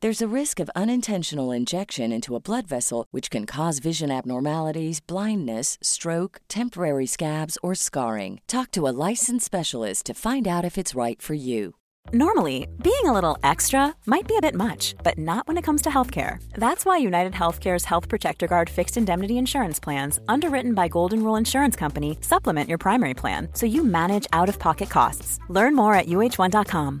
There's a risk of unintentional injection into a blood vessel, which can cause vision abnormalities, blindness, stroke, temporary scabs, or scarring. Talk to a licensed specialist to find out if it's right for you. Normally, being a little extra might be a bit much, but not when it comes to healthcare. That's why United Healthcare's Health Protector Guard fixed indemnity insurance plans, underwritten by Golden Rule Insurance Company, supplement your primary plan so you manage out of pocket costs. Learn more at uh1.com.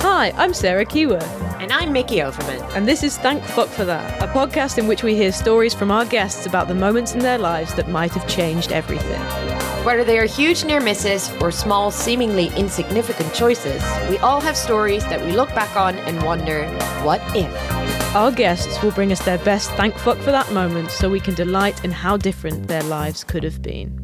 Hi, I'm Sarah Kewer. And I'm Mickey Overman. And this is Thank Fuck for That, a podcast in which we hear stories from our guests about the moments in their lives that might have changed everything. Whether they are huge near misses or small, seemingly insignificant choices, we all have stories that we look back on and wonder, what if? Our guests will bring us their best Thank Fuck for That moment so we can delight in how different their lives could have been.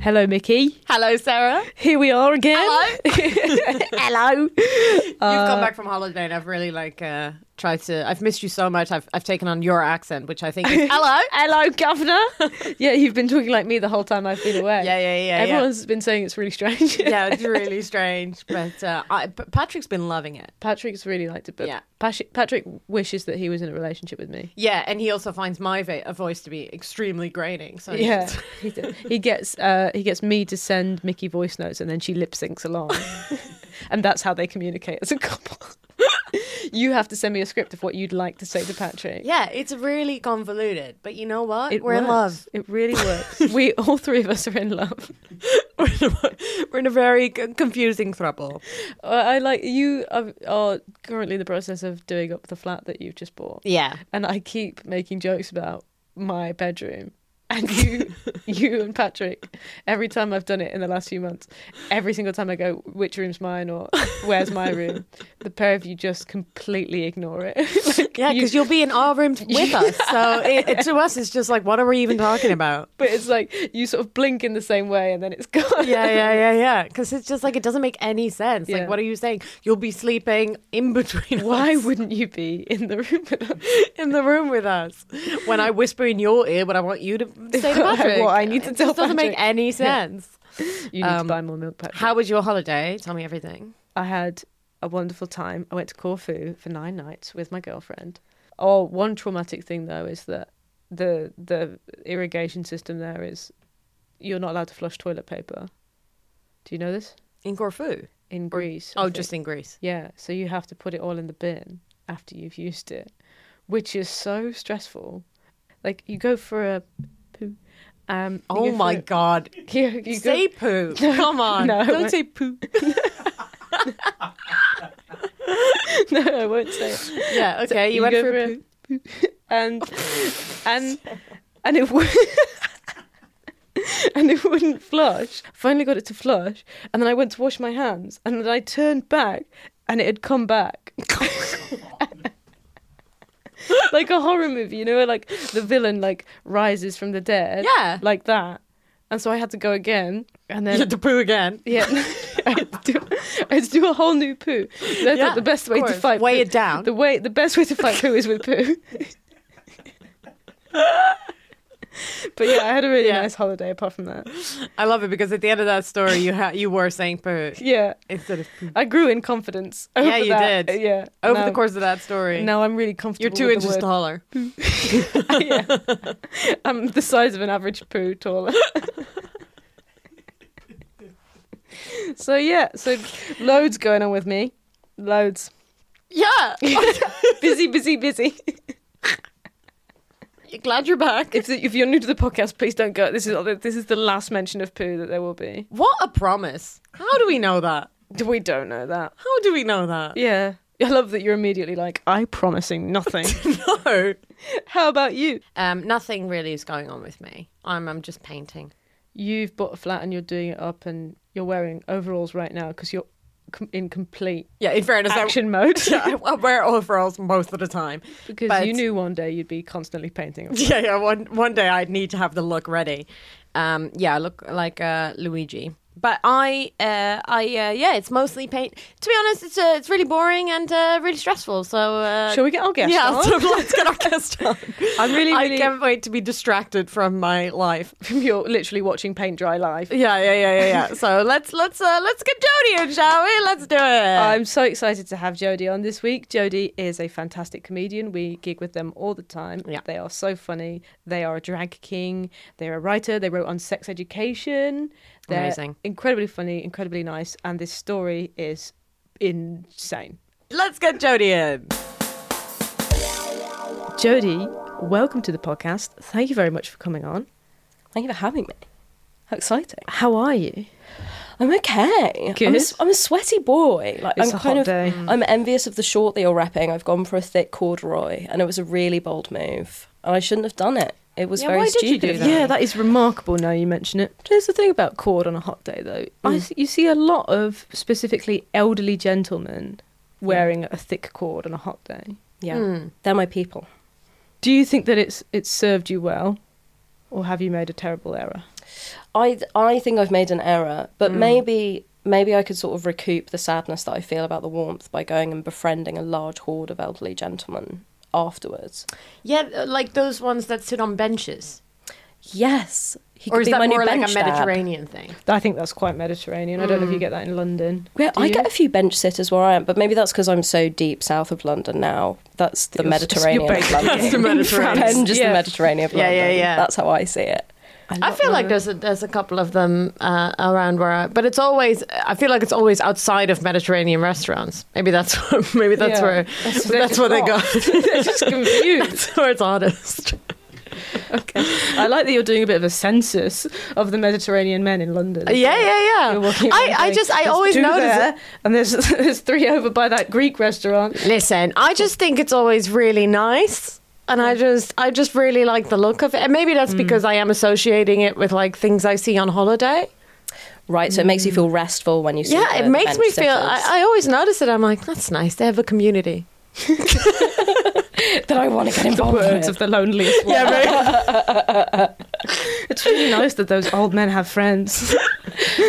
Hello, Mickey. Hello, Sarah. Here we are again. Hello. Hello. You've uh, come back from holiday, and I've really like uh, tried to. I've missed you so much. I've I've taken on your accent, which I think is hello, hello, Governor. yeah, you've been talking like me the whole time I've been away. yeah, yeah, yeah. Everyone's yeah. been saying it's really strange. yeah, it's really strange. But, uh, I, but Patrick's been loving it. Patrick's really liked it. But yeah. Patrick wishes that he was in a relationship with me. Yeah, and he also finds my va- voice to be extremely grating. So yeah, he, he, gets uh, he gets me to send Mickey voice notes, and then she lip syncs along, and that's how they communicate as a couple. you have to send me a script of what you'd like to say to Patrick. Yeah, it's really convoluted, but you know what? It We're works. in love. It really works. we all three of us are in love. we're, in a, we're, in a, very confusing throuple. Uh, I like you are, are currently in the process of doing up the flat that you've just bought. Yeah, and I keep making jokes about my bedroom and you you and Patrick every time I've done it in the last few months every single time I go which room's mine or where's my room the pair of you just completely ignore it like, yeah because you, will be in our room with you, us so it, it, to us it's just like what are we even talking about but it's like you sort of blink in the same way and then it's gone yeah yeah yeah yeah because it's just like it doesn't make any sense yeah. like what are you saying you'll be sleeping in between why us. wouldn't you be in the room with us in the room with us when I whisper in your ear but I want you to say to Patrick. what I need to it tell doesn't Patrick. make any sense. you need um, to buy more milk, Patrick. How was your holiday? Tell me everything. I had a wonderful time. I went to Corfu for nine nights with my girlfriend. Oh, one traumatic thing though is that the the irrigation system there is you're not allowed to flush toilet paper. Do you know this? In Corfu? In Greece. Or, oh, just in Greece. Yeah. So you have to put it all in the bin after you've used it, which is so stressful. Like you go for a poo um, oh my it. god! You, you say go... poo. No, Come on, no, don't say poo. no, I won't say it. Yeah, okay. So you, you, went for, a, poo. poo. and and and it would. and it wouldn't flush. Finally got it to flush, and then I went to wash my hands, and then I turned back, and it had come back. like a horror movie, you know, where like the villain like rises from the dead. Yeah. Like that. And so I had to go again. And then You had to poo again. Yeah. I, had do, I, had to do, a whole new poo. That's yeah, like the best way to fight Weigh poo. it down. The way the best way to fight poo is with poo. But yeah, I had a really Yeah. nice holiday apart from that. I love it because at the end of that story, you ha- you were saying poo Yeah. instead of poo. I grew in confidence. Over Yeah, you that. did. Yeah. Over now- the course of that story, Now I'm really comfortable. you're two with the inches word. taller. yeah. I'm the size of an average poo taller. so yeah, so loads going on with me. Loads. Yeah, busy, busy, busy. glad you're back. If, if you're new to the podcast, please don't go. This is this is the last mention of poo that there will be. What a promise! How do we know that? We don't know that. How do we know that? Yeah. I love that you're immediately like, I promising nothing. No. How about you? Um, nothing really is going on with me. I'm I'm just painting. You've bought a flat and you're doing it up and you're wearing overalls right now because you're com- in complete Yeah, in fairness, I- action mode. yeah, I, I wear overalls most of the time Because but- you knew one day you'd be constantly painting. a- Yeah, yeah. One one day I'd need to have the look ready. Um, yeah, I look like uh, Luigi. But I, uh, I, uh, yeah, it's mostly paint. To be honest, it's uh, it's really boring and uh, really stressful. So uh, Shall we get our guest yeah, on? so let's get our guest on. I'm really, I really can't wait to be distracted from my life. you're literally watching paint dry live. Yeah, yeah, yeah, yeah, yeah. so let's let's uh, let's get Jodie in, shall we? Let's do it. I'm so excited to have Jodie on this week. Jodie is a fantastic comedian. We gig with them all the time. Yeah. They are so funny. They are a drag king. They're a writer. They wrote on sex education. They're Amazing. Incredibly funny, incredibly nice. And this story is insane. let's get Jodie in. Jodie, welcome to the podcast. Thank you very much for coming on. Thank you for having me. How exciting. How are you? I'm okay. I'm Good. a, s- I'm a sweaty boy. Like It's I'm a hot kind of day. I'm envious of the short that you're wrapping. I've gone for a thick corduroy and it was a really bold move. And I shouldn't have done it. It was Yeah, very why did you stupid. do of that? me. Yeah, that is remarkable now you mention it. Mm. Here's the thing about cord on a hot day, though. I s you see a lot of specifically elderly gentlemen wearing a thick cord on a hot day. Yeah. Hmm. They're my people. Do you think that it's it's served you well, or have you made a terrible error? I I think I've made an error, but maybe maybe I could sort of recoup the sadness that I feel about the warmth by going and befriending a large horde of elderly gentlemen afterwards. Yeah, like those ones that sit on benches, Yes. He or could is be that my new more like a bench dad. Mediterranean thing? I think that's quite Mediterranean. I don't know if you get that in London. Yeah, Do I you? get a few bench sitters where I am, but maybe that's because I'm so deep south of London now. That's the You're s- Mediterranean you're of London. basically the in Mediterranean. France, Pen just yeah. the Mediterranean of Yeah, London. yeah, yeah. That's how I see it. I feel like more. there's a, there's a couple of them uh, around where, I, but it's always I feel like it's always outside of Mediterranean restaurants. Maybe that's where, maybe that's Yeah. where That's that's, where where they go. it's They're just confused. that's where it's hottest. Okay. I like that you're doing a bit of a census of the Mediterranean men in London. Uh, Yeah, yeah, You're yeah. walking around I, I going, just I "There's always two notice there, it. And there's there's three over by that Greek restaurant. Listen, I just think it's always really nice. And I just, I just really like the look of it, and maybe Mm. that's because I am associating it with like things I see on holiday. Right, so it makes you feel restful when you see yeah, the it makes bench me feel. sitters. I, I always notice it. I'm like, that's nice. They have a community. that I want to get Oh, involved Words with. of the loneliest one. Yeah, very It's really nice that those old men have friends.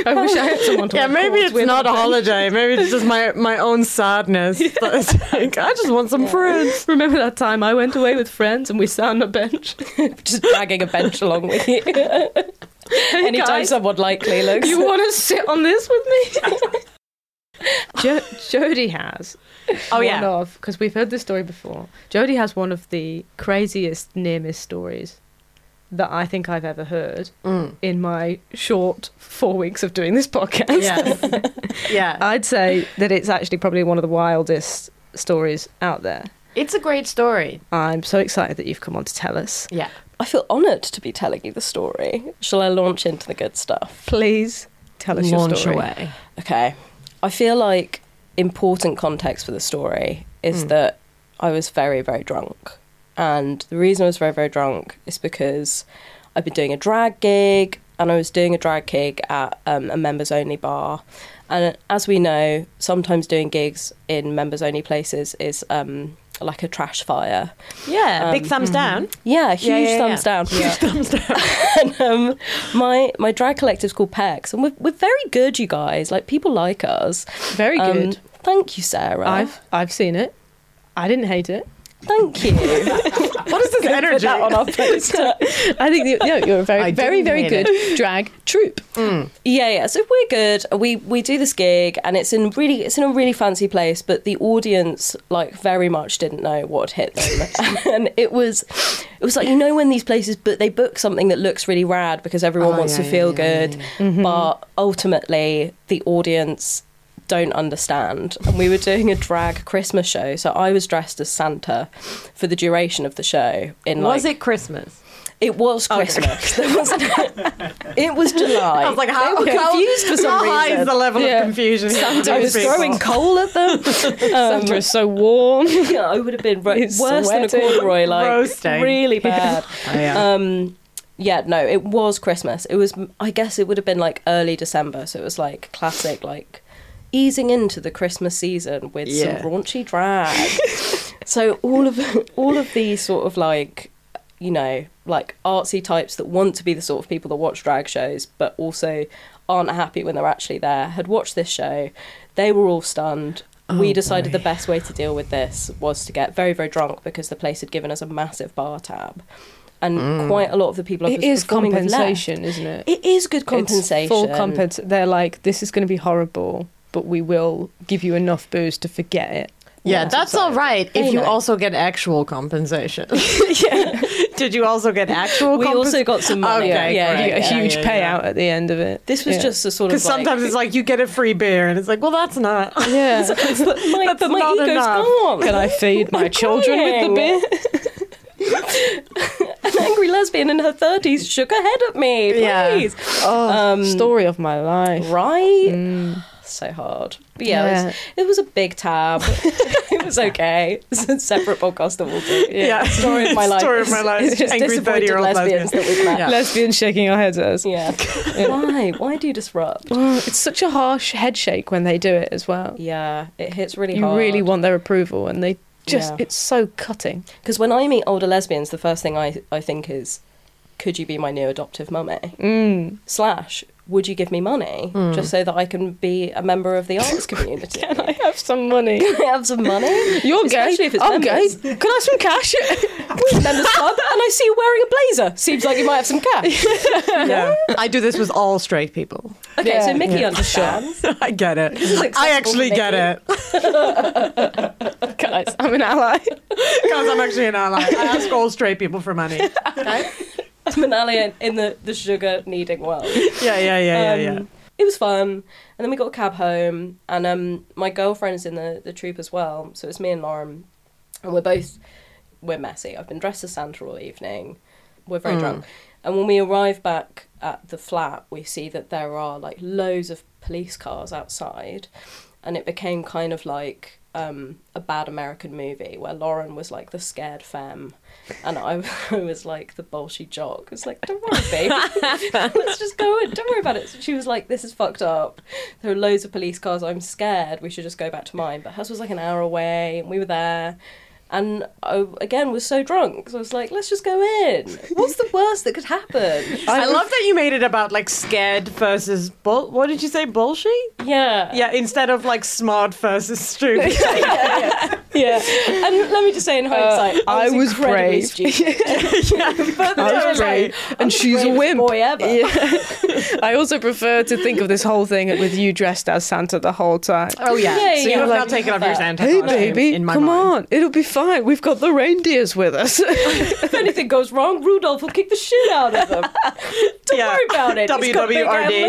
I wish I had someone to Yeah, look maybe forward it's with. not a holiday. Maybe it's just my my own sadness. But it's like, I just want some friends. Remember that time I went away with friends and we sat on a bench? Just dragging a bench along with you. Anytime guys. someone likely looks. You want to sit on this with me? jo- Jodie has. Oh yeah. of because we've heard this story before. Jodie has one of the craziest near miss stories that I think I've ever heard Mm. in my short four weeks of doing this podcast. Yeah, yeah. I'd say that it's actually probably one of the wildest stories out there. It's a great story. I'm so excited that you've come on to tell us. Yeah. I feel honoured to be telling you the story. Shall I launch into the good stuff? Please tell us your story. Okay. I feel like important context for the story is that I was very, very drunk. And the reason I was very, very drunk is because I've been doing a drag gig and I was doing a drag gig at um, a members only bar. And as we know, sometimes doing gigs in members only places is um, like a trash fire. Yeah, big thumbs down. Yeah, huge yeah, yeah. thumbs down. Huge thumbs down. and, um, my my drag collective's called Pex, and we're we're very good, you guys. Like people like us. Very Um, good. Thank you, Sarah. I've I've seen it. I didn't hate it. Thank you. What is this Put energy? that on our poster. I think you, no, you're a very, I very, do very hate good drag troupe. Mm, Yeah, yeah. So we're good. We we do this gig, and it's in really it's in a really fancy place, but the audience like very much didn't know what had hit them, and it was it was like you know when these places, but they book something that looks really rad because everyone Oh, wants yeah, to yeah, feel yeah, yeah, Mm-hmm. good, but ultimately the audience don't understand and we were doing a drag christmas show so i was dressed as santa for the duration of the show in like was it Christmas? it was Oh, christmas There was- it was july I was like, how, they were how- confused for some how high reason. is the level Yeah. of confusion? here for I was these people? throwing coal at them. Um, Sandra is so warm. yeah, I would have been ro- He's worse than a sweating, corduroy, like roasting. really bad. yeah. Um, yeah, no, it was Christmas. It was, I guess, it would have been like early December, so it was like classic, like easing into the Christmas season with Yeah. some raunchy drag. so all of all of these sort of like you know like artsy types that want to be the sort of people that watch drag shows but also aren't happy when they're actually there had watched this show they were all stunned Oh, we decided the best way to deal with this was to get very very drunk because the place had given us a massive bar tab and quite a lot of the people I Mm. It was is performing with left. compensation, isn't it? it is good It's compensation full compens. They're like, this is going to be horrible, but we will give you enough booze to forget it. Yeah, that's that's all right if They you know. also get actual compensation. Did you also get actual we compensation? also got some money Okay, yeah, great. yeah, a yeah. huge yeah, yeah. payout at the end of it. this was Yeah. just a sort of Because sometimes like, it's like you get a free beer, and it's like, well, that's not. Yeah. my, That's but my not ego's enough. gone. Can I feed my I'm children with the crying. beer? An angry lesbian in her thirties shook her head at me. Yeah. Please, Oh, Um, story of my life. right? So hard. But yeah, It, Yeah. was, it was a big tab. it was okay. It's a separate podcast that we'll do. Yeah. story of my life. Story of is- my life. is just Angry disappointed 30-year-old lesbians that we've met. Yeah. Lesbians shaking our heads at us. Yeah. Why? Why do you disrupt? Oh, it's such a harsh head shake when they do it as well. Yeah, it hits really You hard. really want their approval, and they just, Yeah. it's so cutting. because when I meet older lesbians, the first thing I I think is, could you be my new adoptive mummy? Mm. Slash, would you give me money just so that I can be a member of the arts community? Can I have some money? I have some money? You're gay. Especially if it's I'm members. gay. Can I have some cash? members club, and I see you wearing a blazer. Seems like you might have some cash. Yeah. I do this with all straight people. Okay, Yeah. so Mickey Yeah. understands. I get it. is acceptable I actually for get it Guys, I'm an ally. because I'm actually an ally. I ask all straight people for money. Yeah, I'm an alien in the, the sugar needing world. yeah, yeah, yeah, yeah. Um, It was fun. And then we got a cab home, and um, my girlfriend's in the, the troop as well. So it's me and Lauren, and we're both we're messy. I've been dressed as Santa all evening. We're very drunk. And when we arrive back at the flat, we see that there are like loads of police cars outside, and it became kind of like um, a bad American movie where Lauren was like the scared femme, and I, I was like the bolshy jock. It's like, don't worry, babe, let's just go in. Don't worry about it. So she was like, this is fucked up. There are loads of police cars. I'm scared. We should just go back to mine. But hers was like an hour away, and we were there. And I again was so drunk, so I was like, "Let's just go in. What's the worst that could happen?" Uh, I, love that you made it about like scared versus bull. What did you say, bullshit? Yeah, Yeah, instead of like smart versus stupid. yeah. And let me just say, in hindsight, Uh, I I was, was incredibly brave. stupid. But I was brave, and she's a wimp. Boy ever. I also prefer to think of this whole thing with you dressed as Santa the whole time. Oh yeah. Yeah, so yeah, you have like- not taken off your Santa Hey, costume baby, in my come mind. on. It'll be fine. We've got the reindeers with us. If anything goes wrong, Rudolph will kick the shit out of them. Don't Yeah. worry about it. He's got big WWRD.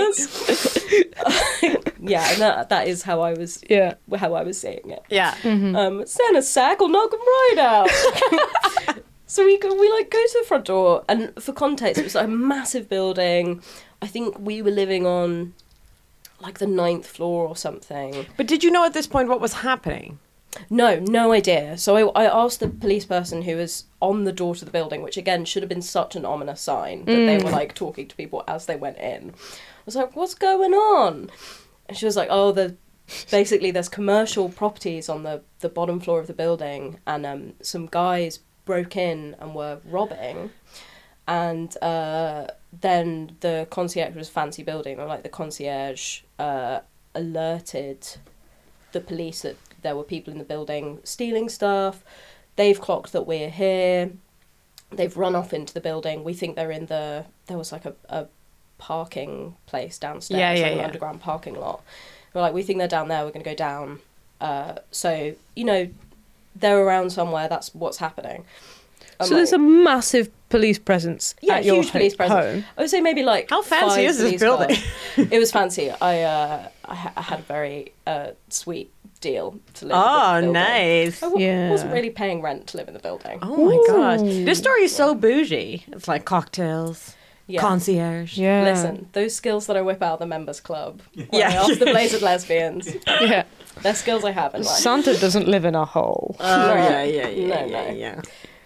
antlers. yeah, and that, that is how I was. yeah. How I was saying it. Yeah. um, Santa's sack will knock him right out. so we go, we like go to the front door, and for context, it was like a massive building. I think we were living on like the ninth floor or something. But did you know at this point what was happening? No, no idea. So I, I asked the police person who was on the door to the building, which again should have been such an ominous sign that they were like talking to people as they went in. I was like, "What's going on?" And she was like, "Oh, the basically there's commercial properties on the the bottom floor of the building, and um, some guys broke in and were robbing." and uh, then the concierge was a fancy building, or like the concierge uh, alerted the police that there were people in the building stealing stuff. They've clocked that we're here. They've run off into the building. We think they're in the there was like a, a parking place downstairs, Yeah, yeah, like an yeah. underground parking lot. We're like, we think they're down there. We're gonna go down. Uh, so you know, they're around somewhere. That's what's happening. I'm So there's a like, massive police presence yeah, at your huge police ho- home. presence. I would say maybe like How fancy five is this police building? cars. it was fancy. I uh, I, ha- I had a very uh, sweet deal to live. Oh, in the building. nice. I w- Yeah. wasn't really paying rent to live in the building. Oh my gosh. This story is so bougie. It's like cocktails, Yeah. concierge. Yeah. Listen, those skills that I whip out of the members club. When Yeah. I ask the blazed lesbians. Yeah. They're skills I have in life. Santa doesn't live in a hole. Oh, yeah, Right. yeah, yeah, No, yeah, no. yeah.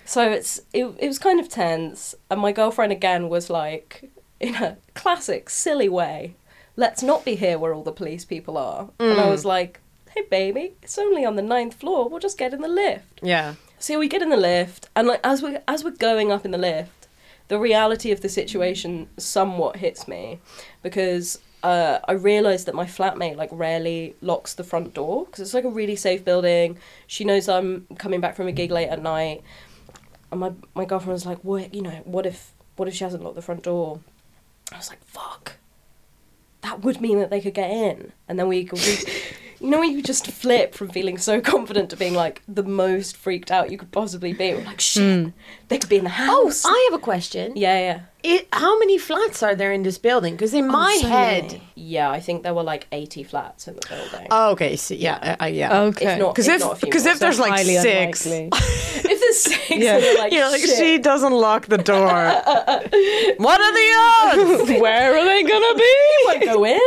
So it's it, it was kind of tense, and my girlfriend again was like, in a classic silly way, "Let's not be here where all the police people are." And I Mm. was like, "Hey, baby, it's only on the ninth floor. We'll just get in the lift." Yeah. So we get in the lift, and like as we as we're going up in the lift, the reality of the situation somewhat hits me because uh, I realised that my flatmate like rarely locks the front door because it's like a really safe building. She knows I'm coming back from a gig late at night, and my my girlfriend was like, "What you know? What if what if she hasn't locked the front door?" I was like, "Fuck." That would mean that they could get in, and then we could, re- you know, when you just flip from feeling so confident to being like the most freaked out you could possibly be. We're like, shit, they could be in the Hmm. Oh, house. I have a question. yeah, yeah. It, how many flats are there in this building? Because in my so head. many. Yeah, I think there were like 80 flats in the building. Oh, okay. See, yeah, uh, uh, yeah. Okay. If not, Because if if not a few because more. if there's So- like Highly six, unlikely. if there's six, then you're like, you know, like shit. she doesn't lock the door. what are the odds? Where are they gonna be? won't go in.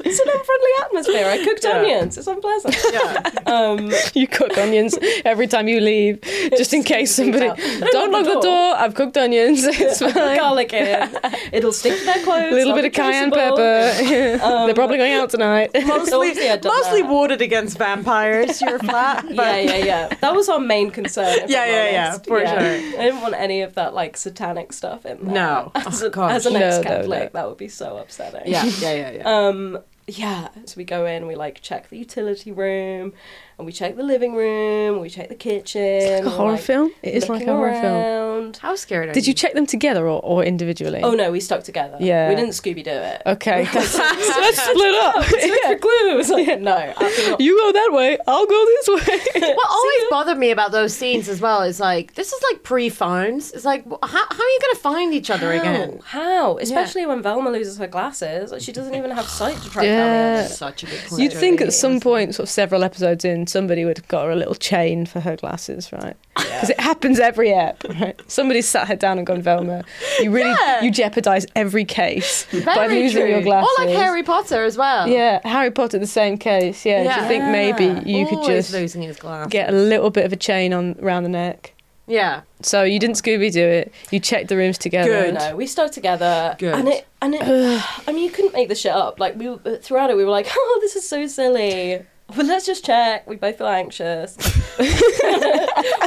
It's an unfriendly atmosphere. I cooked onions. It's unpleasant. Um, you cook onions every time you leave, just in case somebody. out. Don't Don't lock lock the the door. door. I've cooked onions. It's fine. garlic in. It'll stick to their clothes. A little they'll bit of be cayenne traceable. pepper. Um, They're probably going out tonight. Obviously, I'd done Mostly that. warded against vampires. Your flat, but Yeah, yeah, yeah. That was our main concern. if Yeah, I'm yeah, yeah, honest. for I didn't want any of that like satanic stuff in there. No. as, Oh, a, gosh. as an No, no, ex-Catholic, no. that would be so upsetting. yeah, yeah, yeah, yeah. Um, yeah, so we go in, we like check the utility room, and we check the living room, we check the kitchen. It's a horror film. It is like a horror film. How scared are Did you check them together or, or individually? Oh no, we stuck together. Yeah. we didn't Scooby Doo it. Okay. so let's split up. Look for clues. Like, no, absolutely not. You go that way. I'll go this way. What always bothered me about those scenes as well is like this is like pre-phones. It's like wh- how, how are you going to find each other again? How? Especially when Velma loses her glasses. Like, she doesn't even have sight to track down the Yeah. others. Such a big point. You'd think at some point, sort of several episodes in, somebody would have got her a little chain for her glasses, right? Because it happens every ep, right? Somebody's sat her down and gone, Velma, you really, you jeopardise every case by losing your glasses. Or like Harry Potter as well. Yeah, Harry Potter, the same case. Yeah, do Yeah. you think maybe you could Always just losing his glass. get a little bit of a chain on round the neck? yeah. So you didn't Scooby do it. You checked the rooms together. No, we stuck together, Good. and it and it. I mean, you couldn't make the shit up. Like we were- throughout it, we were like, "Oh, this is so silly." But let's just check. We both feel anxious.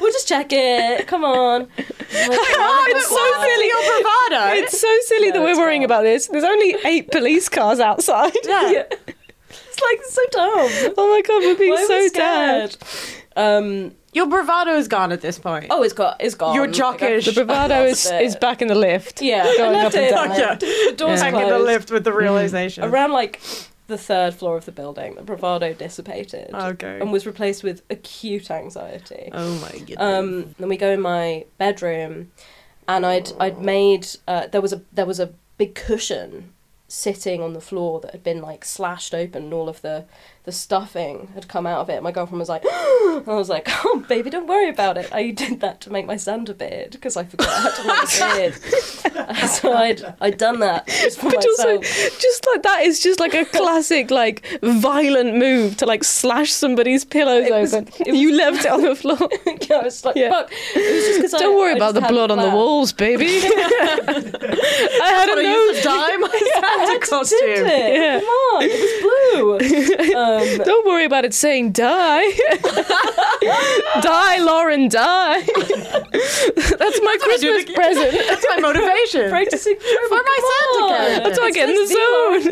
we'll just check it. Come on. Oh, it's so silly or bravado. It's so silly that No, we're it's worrying not. about this. There's only eight police cars outside. Yeah. It's like so dumb. Oh my god, we're being Why are we so scared? dead. Um. your bravado is gone at this point. Oh, it's got. It's gone. Your Like, I- jockish. The bravado is, it. is back in the lift. Yeah. I Going up left and it. down. Yeah. The door's Back closed. Mm. in the lift with the realization. around like the third floor of the building, the bravado dissipated Okay. and was replaced with acute anxiety. Oh my goodness. Um, then we go in my bedroom, and I'd I'd made uh, there was a there was a big cushion sitting on the floor that had been like slashed open and all of the the stuffing had come out of it. My girlfriend was like, and I was like, oh baby, don't worry about it. I did that to make my Santa beard because I forgot how to make a beard. so I'd I'd done that just for But also, myself. just like that is just like a classic, like violent move to like slash somebody's pillows It was- open. it you left it on the floor. Yeah, I was like, Yeah. fuck. It was just 'cause I- Don't worry I about just the hadn't blood on the planned. walls, baby. I had a nose. use a dime Santa Did costume. it? Yeah. Come on, it was blue. Um, Don't worry about it saying die. die, Lauren, die. That's my Christmas present. That's my motivation. practicing For my Come Santa on. character. That's how I get in Let's the be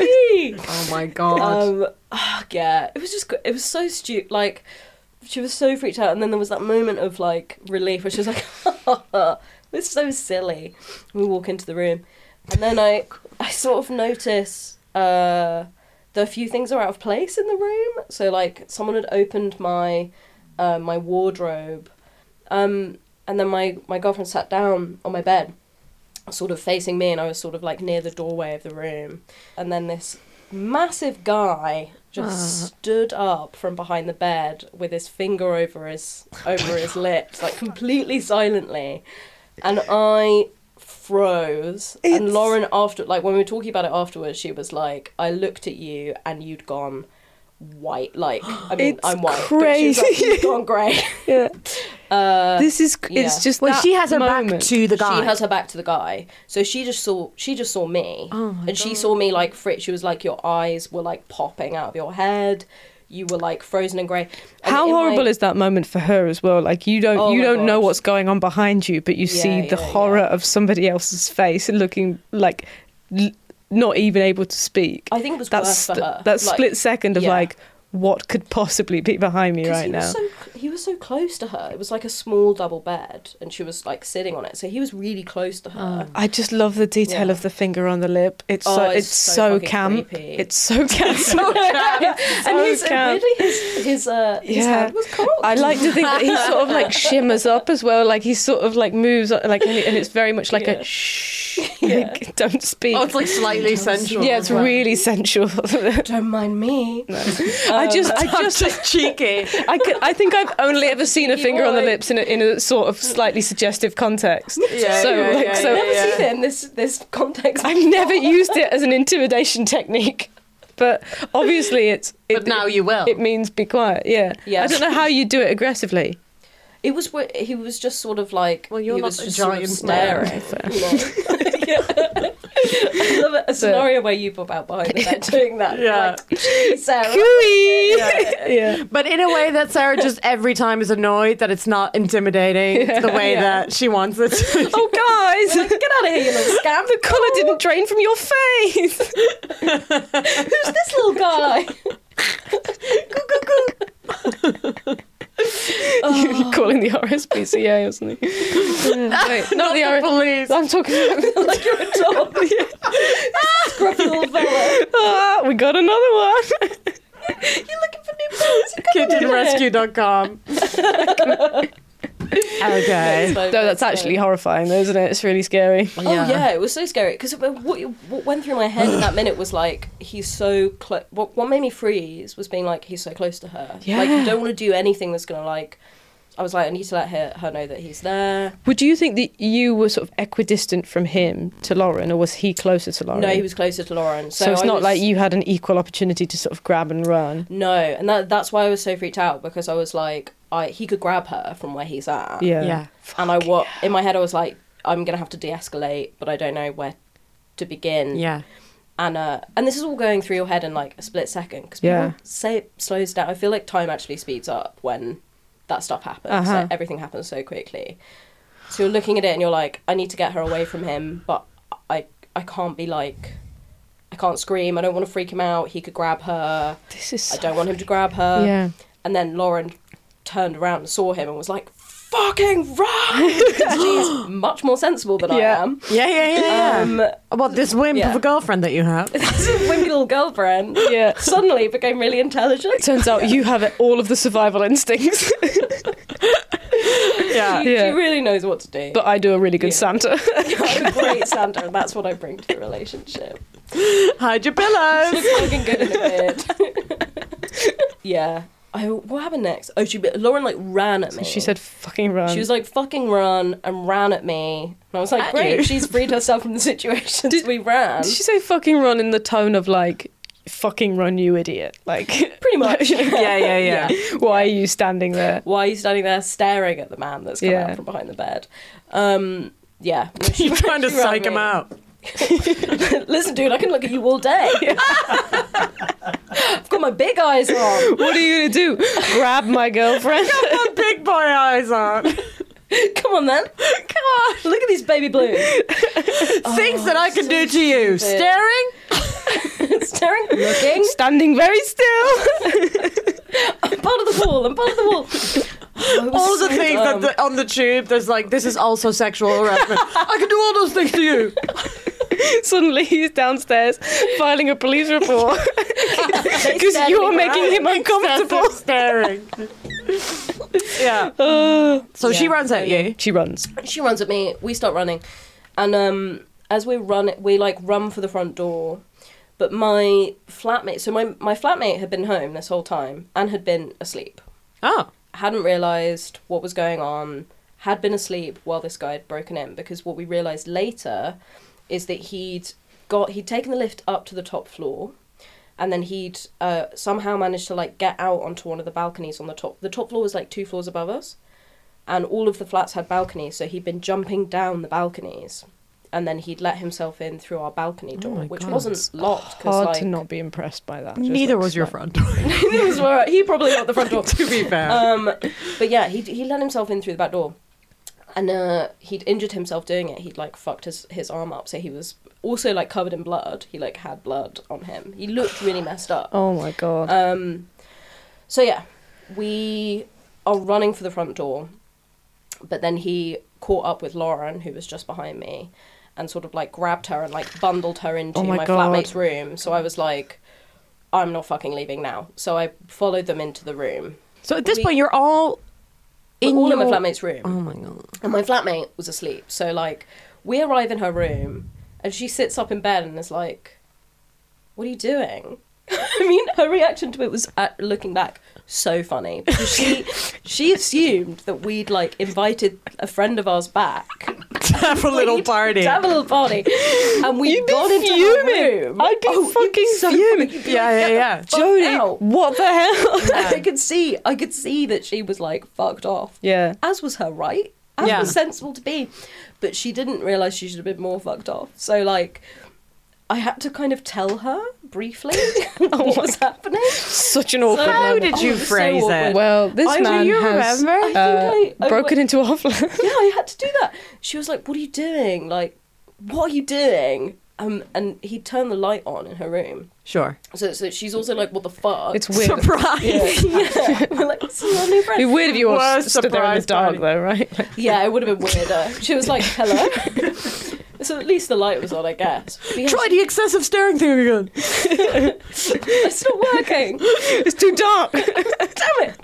zone. R&B. Oh my god. Uh, um, ah, yeah, it was just, gr- it was so stupid. Like, she was so freaked out, and then there was that moment of like relief where she was like, "This is so silly." We walk into the room, and then I, I sort of notice uh, that a few things are out of place in the room. So like someone had opened my, uh, my wardrobe, um, and then my my girlfriend sat down on my bed, sort of facing me, and I was sort of like near the doorway of the room, and then this massive guy just Ah. stood up from behind the bed with his finger over his Oh over his lips, like completely silently, and I froze. And Lauren, after like when we were talking about it afterwards, she was like, "I looked at you and you'd gone." White, like I mean, It's I'm white. but she was like, crazy. "You've gone grey. Yeah. this is yeah. it's just Well, that she has her back moment. to the guy. She has her back to the guy, so she just saw she just saw me, Oh and she saw me like Fritz. She was like, your eyes were like popping out of your head. You were like frozen and grey. And How in my- horrible is that moment for her as well? Like you don't Oh you my don't know God. what's going on behind you, but you see Yeah, the yeah, horror of somebody else's face and looking like l- not even able to speak. I think it was worse for st- her. that Like, split second of yeah. like what could possibly be behind me 'Cause right he now. Was so, he was so close to her. It was like a small double bed, and she was like sitting on it. So he was really close to her. I just love the detail Yeah. of the finger on the lip. It's Oh, so it's it's, so so, fucking camp. creepy. It's so camp. and so his, camp. weirdly, his his uh, his hand was cold. I like to think that he sort of like shimmers up as well. Like he sort of like moves like, and it- and it's very much like Yeah. a shh, like, don't speak. Oh, it's like slightly sensual. yeah, it's really sensual. Don't mind me. I just, I just, Um, cheeky. I, could, I think I've only ever seen a cheeky finger on the boy. lips in a, in a sort of slightly suggestive context. Yeah, so, yeah, like, yeah, so I've never seen it in this this context. I've never used it as an intimidation technique, but obviously it's. It, But now you will. It means be quiet. Yeah. Yeah. I don't know how you do it aggressively. It was wh- he was just sort of like Well, you're he not was a just sort of giant staring. you know? Yeah. I love it. a scenario where you pop out behind the bed doing that. Yeah. like, "Gee, Sarah. yeah. But in a way that Sarah just every time is annoyed that it's not intimidating the way that she wants it. to be. Oh, guys. Get out of here, you little scamp! the colour didn't drain from your face. Who's this little guy? You're calling the RSPCA or something. Yeah. Wait, not the RSPCA. Please. I'm talking about. like you're a dog. Scruffy little fella. Ah, we got another one. You're looking for new clothes. You can't Kitchenrescue.com. okay. find No, Oh, that's actually horrifying, though, isn't it? It's really scary. Oh yeah, it was so scary because what, what went through my head in that minute was like he's so close. What, what made me freeze was being like he's so close to her. Like you Yeah. don't want to do anything that's gonna like. I was like I need to let her, her know that he's there. Would you think that you were sort of equidistant from him to Lauren, or was he closer to Lauren? No, he was closer to Lauren. So, So, it's I not was- like you had an equal opportunity to sort of grab and run. No, and that that's why I was so freaked out because I was like I he could grab her from where he's at. Yeah. Yeah. And I what in my head I was like I'm gonna have to de-escalate, but I don't know where to begin. Yeah. and uh, and this is all going through your head in like a split second because Yeah. say it slows down. I feel like time actually speeds up when that stuff happens. Uh-huh. Like, everything happens so quickly. So you're looking at it and you're like, I need to get her away from him, but I I can't be like, I can't scream. I don't want to freak him out. He could grab her. This is. I So don't want him to grab her. Yeah. And then Lauren turned around and saw him and was like, fucking run! 'Cause She's much more sensible than I Yeah. am. Yeah, yeah, yeah. Um, well, this wimp yeah. of a girlfriend that you have. Wimpy little girlfriend Yeah. suddenly became really intelligent. Turns out you have all of the survival instincts, yeah. She, Yeah. she really knows what to do. but I do a really good Santa. I'm a great Santa, and that's what I bring to the relationship. Hide your pillows. Looking good in a bed. yeah. I, what happened next? Oh, she Lauren like ran at me. she said, "Fucking run." she was like fucking run and ran at me, and I was like, At great, you. she's freed herself from the situation. so we ran. Did she say "fucking run" in the tone of like "fucking run, you idiot"? Like Pretty much. Yeah, yeah, yeah. why are you standing there? Why are you standing there staring at the man that's come Yeah. out from behind the bed? Um, yeah. No, she- You're trying to she ran psych at him me. out. Listen, dude, I can look at you all day. I've got my big eyes on. What are you gonna do? Grab my girlfriend? Put big boy eyes on. Come on then. Come on. Look at these baby blues. Things that Oh, I can do to you. Staring. Staring, looking. standing very still. I'm part of the wall. I'm part of the wall. Oh, it was all the so things that dumb. the, on the tube, there's like, this is also sexual harassment. I can do all those things to you. Suddenly he's downstairs filing a police report because you're making him uncomfortable. staring. yeah. so she runs at you. She runs. she runs at me. We start running, and um, as we run, we like run for the front door. But my flatmate, so my my flatmate had been home this whole time and had been asleep. Oh. hadn't realised what was going on, had been asleep while this guy had broken in. Because what we realised later is that he'd got he'd taken the lift up to the top floor, and then he'd uh, somehow managed to like get out onto one of the balconies on the top. The top floor was like two floors above us, and all of the flats had balconies. So he'd been jumping down the balconies. And then he'd let himself in through our balcony door, which wasn't locked. 'cause, Oh Hard like, to not be impressed by that. Just Neither like was your slightly. front door. it was where- he probably locked the front door. to be fair. um, but yeah, he he let himself in through the back door, and uh, he'd injured himself doing it. He'd like fucked his his arm up, so he was also like covered in blood. He like had blood on him. He looked really messed up. Oh my god. Um, so yeah, we are running for the front door, but then he caught up with Lauren, who was just behind me, and sort of like grabbed her and like bundled her into Oh my my, God. flatmate's room. So I was like, I'm not fucking leaving now. So I followed them into the room. so at this we- point, you're all We're in all in my your- flatmate's room. Oh my god. And my flatmate was asleep. So, like, we arrive in her room and she sits up in bed and is like, What are you doing? I mean, her reaction to it was at looking back so funny. Because she, she assumed that we'd, like, invited a friend of ours back Have a little we'd party. Have a little party. And we be got into fuming. her room. Oh, I'd be you'd fucking so fuming. fucking- Yeah, yeah, yeah. Fuck out. What the hell? I could see, I could see that she was like fucked off. Yeah. As was her right. As Yeah. was sensible to be. But she didn't realise she should have been more fucked off. So like I had to kind of tell her briefly what was happening. Such an awkward How moment. did you was so phrase awkward. it? well, this I- do man you has remember? I think uh, I- I broken wa- into our flat. yeah, I had to do that. She was like, "What are you doing? Like, what are you doing?" Um, and he turned the light on in her room. Sure. So, so she's also like, "What the fuck?" It's weird. Surprise. yeah. We're like, "This is our new friend." It'd be weird if you all Worst s- stood there in the surprise dark, party. though, right? Like, Yeah, it would have been weirder. She was like, "Hello." so at least the light was on, I guess. But yeah, Try the excessive staring thing again. it's not working. It's too dark. Damn it.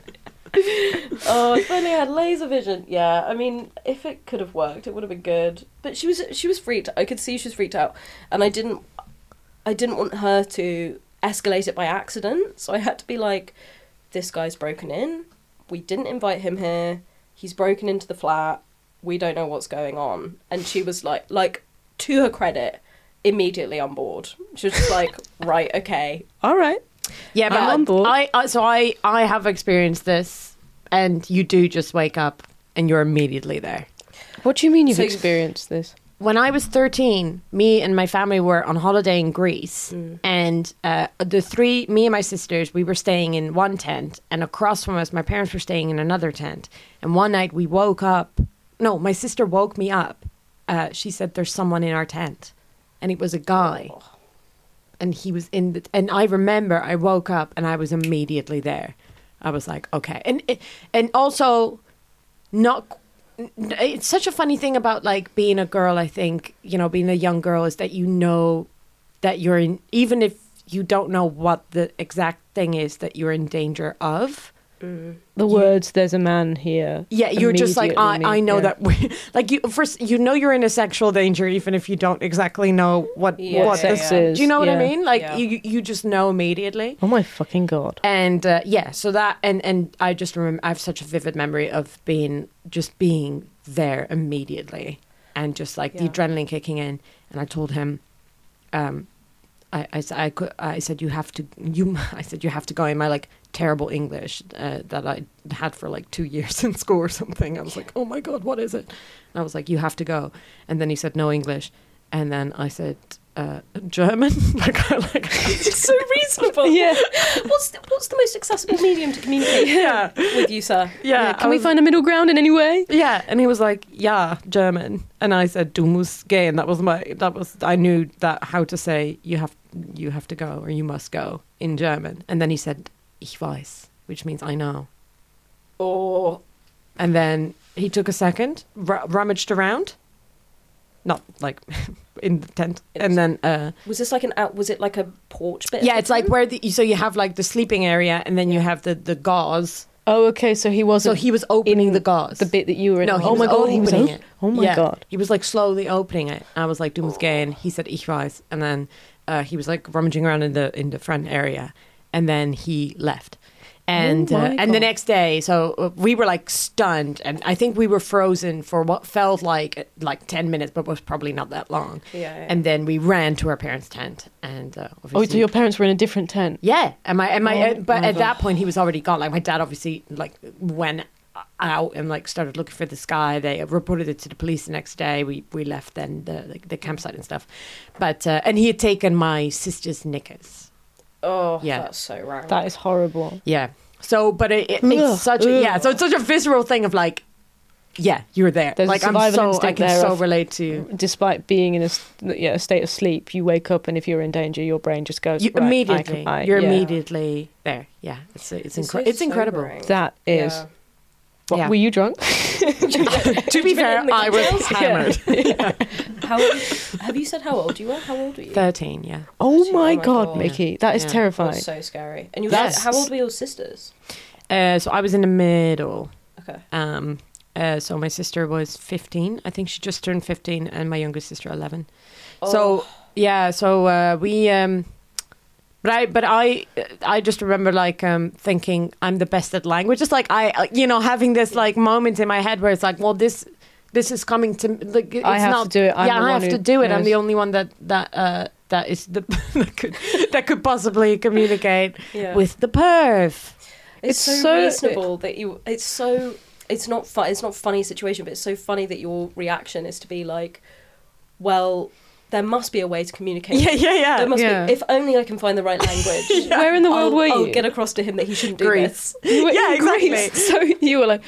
Oh, if only I had laser vision. Yeah, I mean, if it could have worked, it would have been good. But she was she was freaked. I could see she was freaked out, and I didn't I didn't want her to escalate it by accident. So I had to be like, "This guy's broken in. We didn't invite him here. He's broken into the flat. We don't know what's going on." And she was like, like to her credit, immediately on board. She was just like, "Right, okay, All right. Yeah, but I'm on board. I, I so I I have experienced this, and you do just wake up and you're immediately there. what do you mean you've So- experienced this? When I was 13, me and my family were on holiday in Greece, and uh, the three, me and my sisters, we were staying in one tent, and across from us, my parents were staying in another tent. And one night we woke up. No, my sister woke me up. Uh, she said, "There's someone in our tent," and it was a guy. and he was in the and i remember i woke up and i was immediately there i was like okay and and also not it's such a funny thing about like being a girl i think you know being a young girl is that you know that you're in even if you don't know what the exact thing is that you're in danger of The words "There's a man here." yeah you're just like i, immediately I know mean- that we, like you first you know you're in a sexual danger even if you don't exactly know what Yeah, what yeah, this yeah. is do you know what i Yeah. mean like Yeah. you you just know immediately Oh my fucking god! and uh, yeah so that and and i just remember i have such a vivid memory of being just being there immediately and just like the Yeah. adrenaline kicking in and i told him um I, I, s- I cou- I said you have to you I said you have to go in my like terrible English uh, that I had for like two years in school or something. I was like, oh my god, what is it? And I was like, you have to go. And then he said no English, and then I said uh, German. like I like It's so reasonable. Yeah. What's the, what's the most accessible medium to communicate yeah with you, sir? yeah. Can um, we find a middle ground in any way? Yeah, and he was like, "Yeah, German," and I said, "Du musst gehen." That was my. That was I knew that how to say you have you have to go or you must go in German, and then he said, "Ich weiß," which means I know. Oh. And then he took a second, r- rummaged around, not like in the tent, and then uh, Was this like an out? Was it like a porch bit? of yeah, the it's like tent? where the so you have like the sleeping area, and then you have the the gauze. Oh, okay. So he was So he was opening the gauze. the bit that you were in. No, he oh was my god, he was opening op- it. Oh my Yeah. god. He was like slowly opening it. I was like, du musst gehen. He said, ich weiß. And then uh, he was like rummaging around in the in the front area. And then he left. And Oh uh, my and the God. next day, so uh, we were like stunned, and I think we were frozen for what felt like uh, like ten minutes, but was probably not that long. Yeah, yeah. And then we ran to our parents' tent, and uh, Oh, obviously, so your parents were in a different tent. yeah, and my and my, Oh, uh, but my at that point he was already gone. Like my dad obviously like went out and like started looking for the sky. They reported it to the police the next day. We we left then the the, the campsite and stuff, but uh, and he had taken my sister's knickers. Oh, Yeah. that's so round. That is horrible. Yeah. So, but it, it, it's Ugh, such a, yeah. ugh. So it's such a visceral thing of like, yeah, you're there. There's a like I'm survival so I instinct can there so of- relate to. Despite being in a s- yeah, a state of sleep, you wake up and if you're in danger, your brain just goes You, right, I immediately, can- I- you're yeah. immediately there. Yeah, it's it's, It's so incre- it's incredible. sobering. That is. Yeah. What, Yeah. Were you drunk? to be fair, I was Yeah. hammered. How old, have you said how old you were? How old were you? Thirteen. Yeah. Oh my my god, God. Mickey, that is Yeah. terrifying. That's so scary. And you were, That's- how old were your sisters? Uh, so I was in the middle. Okay. Um, uh, so my sister was 15. I think she just turned 15, and my youngest sister 11. Oh. So yeah, so uh, we. Um, but I, but I, I just remember like um, thinking I'm the best at language. Just like I, uh, you know, having this like moment in my head where it's like, well, this, this is coming to me. Like, it's I have to not, do it. I'm the yeah, I one have who to do it. I'm knows. the only one that that uh, that is the that could that could possibly communicate Yeah. with the perv. It's, It's so, so- reasonable that you. It's so. It's not fun. It's not funny situation, but it's so funny that your reaction is to be like, well, there must be a way to communicate. Yeah, yeah, yeah. There must yeah. be. If only I can find the right language. Where in the world I'll, were I'll you? get across to him that he shouldn't do Greece. this. You were Yeah, in Greece, exactly. So you were like,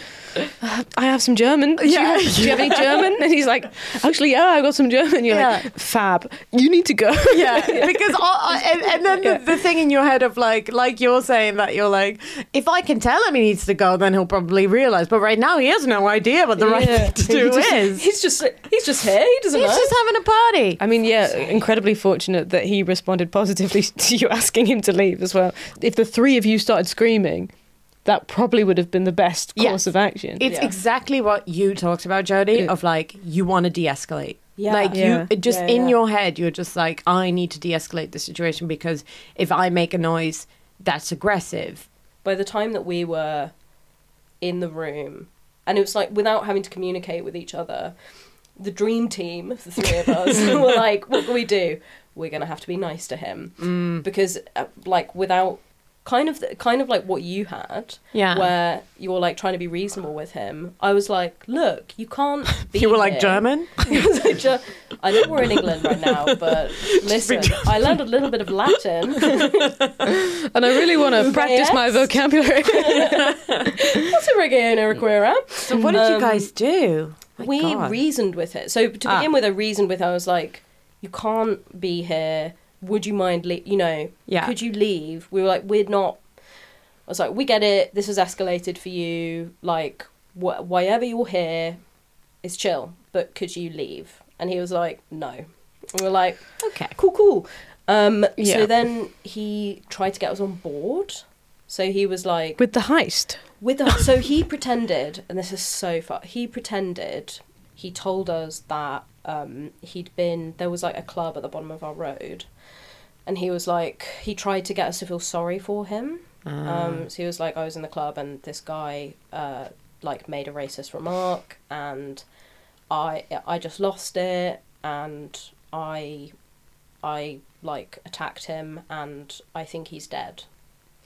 "Uh, I have some German. Do, Yeah. you have, do you have any German? And he's like, actually, yeah, I got some German. You're Yeah. like, fab. You need to go. yeah, because all, I- and, and then the, the thing in your head of like, like you're saying that you're like, if I can tell him he needs to go, then he'll probably realize. But right now, he has no idea what the right Yeah. thing to do He just- is. He's just. He's just here. He doesn't He's know. just having a party. I mean, yeah, incredibly fortunate that he responded positively to you asking him to leave as well. If the three of you started screaming, that probably would have been the best course Yes. of action. It's Yeah. exactly what you talked about, Jody, Yeah. of like you want to de-escalate. Yeah. Like Yeah. you it just Yeah, in yeah. your head, you're just like, I need to de-escalate the situation because if I make a noise, that's aggressive. by the time that we were in the room, and it was like without having to communicate with each other, the dream team, the three of us, were like, what can we do? We're gonna have to be nice to him Mm. because, uh, like, without kind of kind of like what you had, Yeah. where you were like trying to be reasonable with him. I was like, look, you can't. Be You were like here." German. I was like, "Ju- I know we're in England right now, but listen, I learned a little bit of Latin. and I really want to practice my Yes. vocabulary. That's a reggae and a So what did Um, you guys do? My we God. reasoned with it. So to Ah. begin with, I reasoned with. I was like, "You can't be here. Would you mind? Le- you know, Yeah. Could you leave?" We were like, "We're not." I was like, "We get it. This has escalated for you. Like, wh- why ever you're here, it's chill. But could you leave?" And he was like, "No." And we are like, okay. "Cool, cool." Um, Yeah. So then he tried to get us on board. So he was like, With the heist. with the, so he pretended, and this is so far. He pretended. He told us that um, he'd been there was like a club at the bottom of our road, and he was like he tried to get us to feel sorry for him. Um, so he was like, I was in the club, and this guy uh, like made a racist remark, and I I just lost it, and I I like attacked him, and I think he's dead.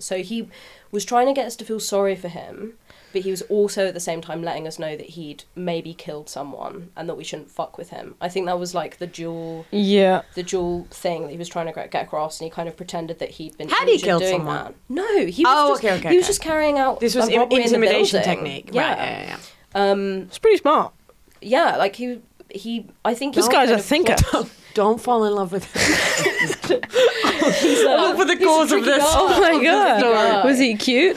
So he was trying to get us to feel sorry for him, but he was also at the same time letting us know that he'd maybe killed someone and that we shouldn't fuck with him. I think that was like the dual Yeah. the dual thing that he was trying to get across, and he kind of pretended that he'd been Had he injured killed doing someone? that. No, he was Oh, just okay, okay, he was okay. just carrying out This was a in- robbery in the intimidation building. technique. Yeah, Right. Yeah, yeah, yeah. Um, It's pretty smart. yeah, like he he. I think This he guy's kind a of thinker. plotted- don't fall in love with All for the cause of this. Oh my god. Was he cute?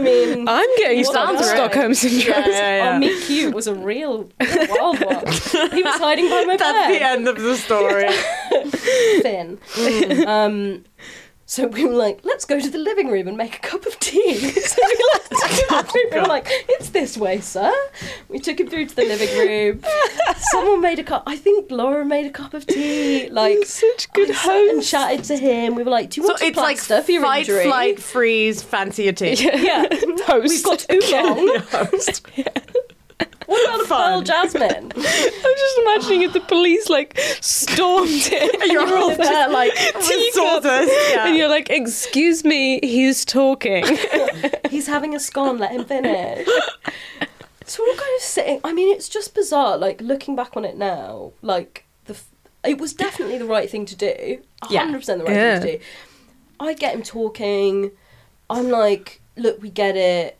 mean, I'm getting sounds some Stockholm syndrome. Oh, me cute was a real wild one. he was hiding by my That's bed. the end of the story. Finn. Um, so we were like, let's go to the living room and make a cup of tea. so we left. we were like, it's this way, sir. We took him through to the living room. Someone made a cup. I think Laura made a cup of tea. Like Such good I sat and host. chatted to him. We were like, do you so want to it's like plaster for your fight, injury? flight, freeze, fancy a tea. Yeah, we've got oolong. What about a pearl jasmine? I'm just imagining if the police like stormed it and you're all there like oh, teacups and you're like, excuse me, he's talking. He's having a scone, let him finish. so we're all kind of sitting. I mean, it's just bizarre, like, looking back on it now, like, the f- it was definitely the right thing to do. a 100% Yeah. the right Yeah. thing to do. I get him talking. I'm like, look, we get it.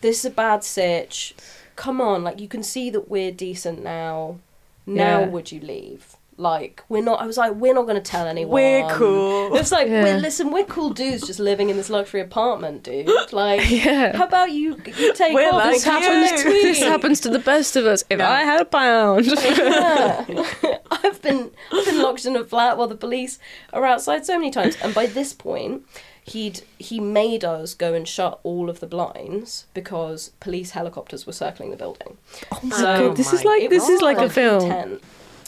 This is a bad sitch. Come on, like, you can see that we're decent now. Now, Yeah. would you leave? Like, we're not, I was like, we're not going to tell anyone. We're cool. It's like, Yeah. we're, listen, we're cool dudes just living in this luxury apartment, dude. Like, Yeah. how about you, you take We're off like Oh, this happens happens- to me. this happens to the best of us. If I had a pound. Yeah. I've been I've been locked in a flat while the police are outside so many times. And by this point, he'd he made us go and shut all of the blinds because police helicopters were circling the building. oh my So- god, this is like this is like a film. Tent.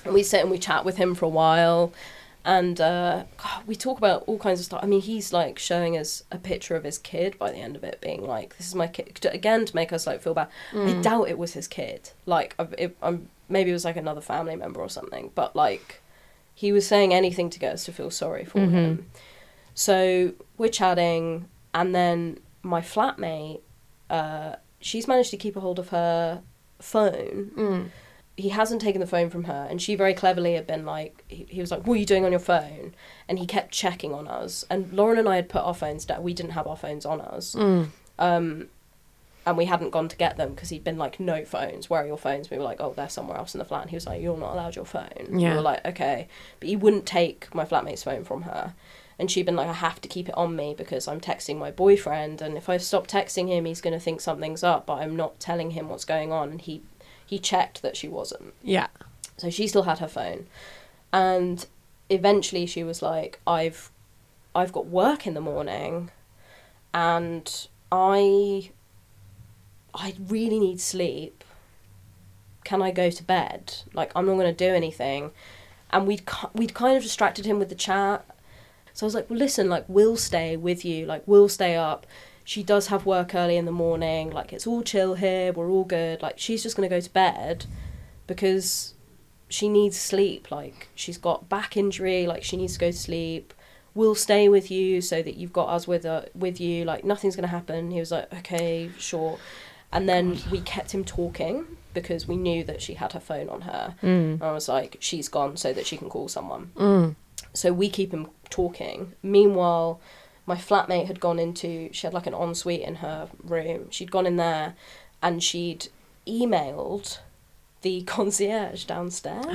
And we sit and we chat with him for a while. And uh, God, we talk about all kinds of stuff. I mean, he's like showing us a picture of his kid by the end of it, being like, "This is my kid." To- Again, to make us like feel bad. I doubt it was his kid. Like, I- it, I'm, maybe it was like another family member or something. But like, he was saying anything to get us to feel sorry for him. So we're chatting, and then my flatmate, uh, she's managed to keep a hold of her phone. He hasn't taken the phone from her, and she very cleverly had been like, he, he was like, "What are you doing on your phone?" And he kept checking on us. And Lauren and I had put our phones down. We didn't have our phones on us. Um, and we hadn't gone to get them because he'd been like, "No phones. Where are your phones?" We were like, "Oh, they're somewhere else in the flat." And he was like, "You're not allowed your phone." We Yeah. were like, "Okay," but he wouldn't take my flatmate's phone from her. And she'd been like, "I have to keep it on me because I'm texting my boyfriend, and if I stop texting him, he's gonna think something's up, but I'm not telling him what's going on." And he he checked that she wasn't. Yeah. So she still had her phone. And eventually she was like, I've I've got work in the morning and I I really need sleep. Can I go to bed? Like I'm not going to do anything. And we'd ki- we'd kind of distracted him with the chat. So I was like, well, listen, like we'll stay with you. Like we'll stay up. She does have work early in the morning. Like it's all chill here. We're all good. Like she's just going to go to bed because she needs sleep. Like she's got back injury. Like she needs to go to sleep. We'll stay with you so that you've got us with uh, with you. Like nothing's gonna happen. He was like, okay, sure. And then we kept him talking because we knew that she had her phone on her. And I was like, she's gone so that she can call someone. So we keep him talking. Meanwhile, my flatmate had gone into, she had like an ensuite in her room. She'd gone in there and she'd emailed the concierge downstairs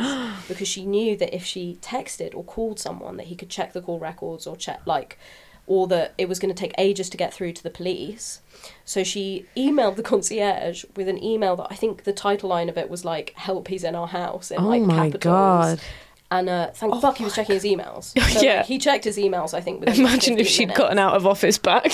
because she knew that if she texted or called someone that he could check the call records or check like or that it was going to take ages to get through to the police so she emailed the concierge with an email that i think the title line of it was like help he's in our house in Oh like my capitals God. and uh, thank fuck he was checking his emails. So, like, Oh Yeah. he checked his emails. I think. Within like, Imagine if 15 she'd minutes. gotten out of office back.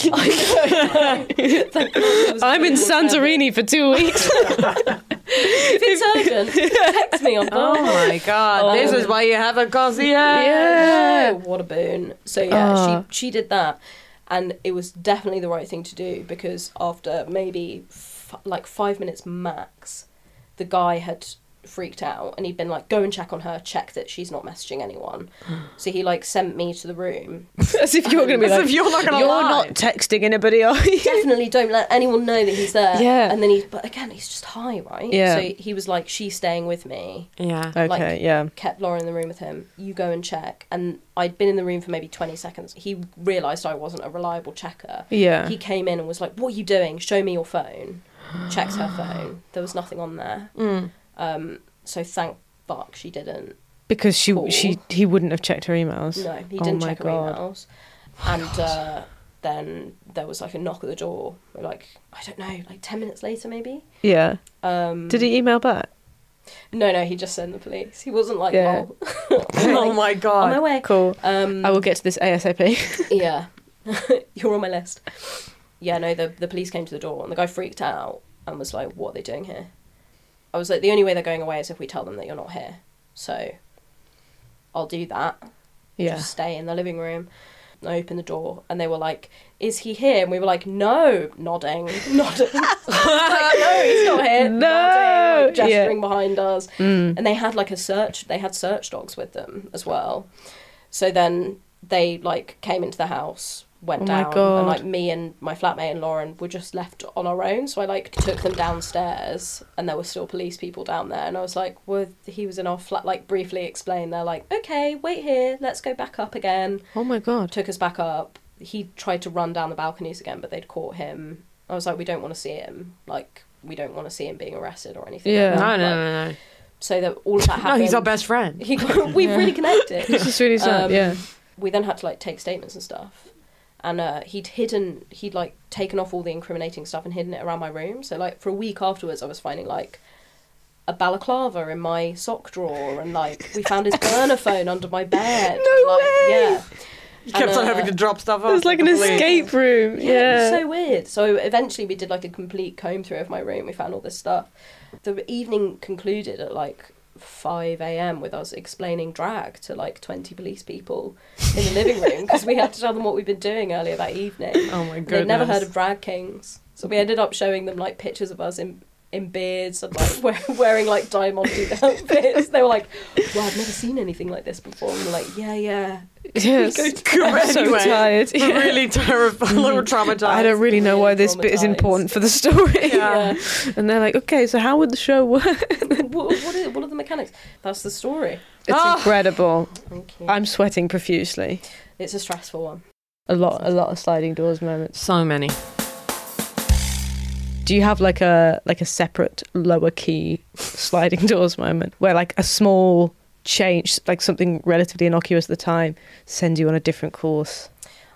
Thank God it was I'm in available forever. Santorini for two weeks. If it's urgent, text me on. Oh my god, this is why you have a concierge. Yeah. Oh, what a boon. So yeah, Oh. she she did that, and it was definitely the right thing to do because after maybe f- like five minutes max, the guy had freaked out and he'd been like, "Go and check on her. Check that she's not messaging anyone." so he like sent me to the room As if you're going to be like, you're not gonna you're lie." not texting anybody, are you? definitely don't let anyone know that he's there. Yeah. And then he, but again, he's just high, right? Yeah. So he was like, she's staying with me. Yeah. Okay, Like- yeah. Kept Laura in the room with him. You go and check. And I'd been in the room for maybe 20 seconds. He realised I wasn't a reliable checker. Yeah. He came in and was like, what are you doing? Show me your phone. Checked Mm. her phone. There was nothing on there. Um, so thank fuck she didn't. because she she he wouldn't have checked her emails. No, he Oh didn't my check her God. emails. And uh, then there was like a knock at the door, like I don't know, like ten minutes later maybe. Yeah. Um, Did he email back? No, no, he just sent the police. He wasn't like, Yeah. lol. oh my God. on my way. Cool. Um, I will get to this ASAP. yeah, you're on my list. Yeah, no, the the police came to the door and the guy freaked out and was like, "What are they doing here?" I was like, "The only way they're going away is if we tell them that you're not here." So, I'll do that. Yeah. Just stay in the living room. And I opened the door and they were like, Is he here? And we were like, No, nodding, nodding. like, no, he's not No. here. Nodding, like, Yeah. Mm. gesturing behind us. And they had like a search, they had search dogs with them as well. So then they like came into the house, went Oh my down, God. and like me and my flatmate and Lauren were just left on our own. So I like took them downstairs, and there were still police people down there. And I was like, "Well, he was in our flat." Like briefly explained, they're like, "Okay, wait here. Let's go back up again." oh my god. Took us back up. He tried to run down the balconies again, but they'd caught him. I was like, "We don't want to see him. Like, we don't want to see him being arrested or anything." Yeah. like No, no, that." Like, no, no. So that all of that No, happened. he's our best friend. He, we've really connected It's just really sad. Um, yeah. we then had to like take statements and stuff and uh, he'd hidden he'd like taken off all the incriminating stuff and hidden it around my room so like for a week afterwards i was finding like a balaclava in my sock drawer and like we found his burner phone under my bed no like, way yeah He kept on having to drop stuff off. It's like an escape room. Yeah. It was so weird. So eventually we did like a complete comb through of my room. We found all this stuff. The evening concluded at like 5 a.m. with us explaining drag to like 20 police people in the living room because we had to tell them what we'd been doing earlier that evening. Oh my They'd never goodness. heard of drag kings. So we ended up showing them like pictures of us in in beards and like wearing, wearing like diamante outfits. They were like, "Well, I've never seen anything like this before." And we're like, "Yeah, yeah." Yes. I'm so anyway. tired. Yeah. really terrified, a little traumatized. I don't really know why this bit is traumatised. important for the story. Yeah. and they're like, okay, so how would the show work? what, what, are, what are the mechanics? That's the story. It's Ah. incredible. Thank you. I'm sweating profusely. It's a stressful one. A lot, a lot of sliding doors moments. So many. Do you have like a like a separate lower key sliding doors moment where like a small change, like something relatively innocuous at the time, sends you on a different course?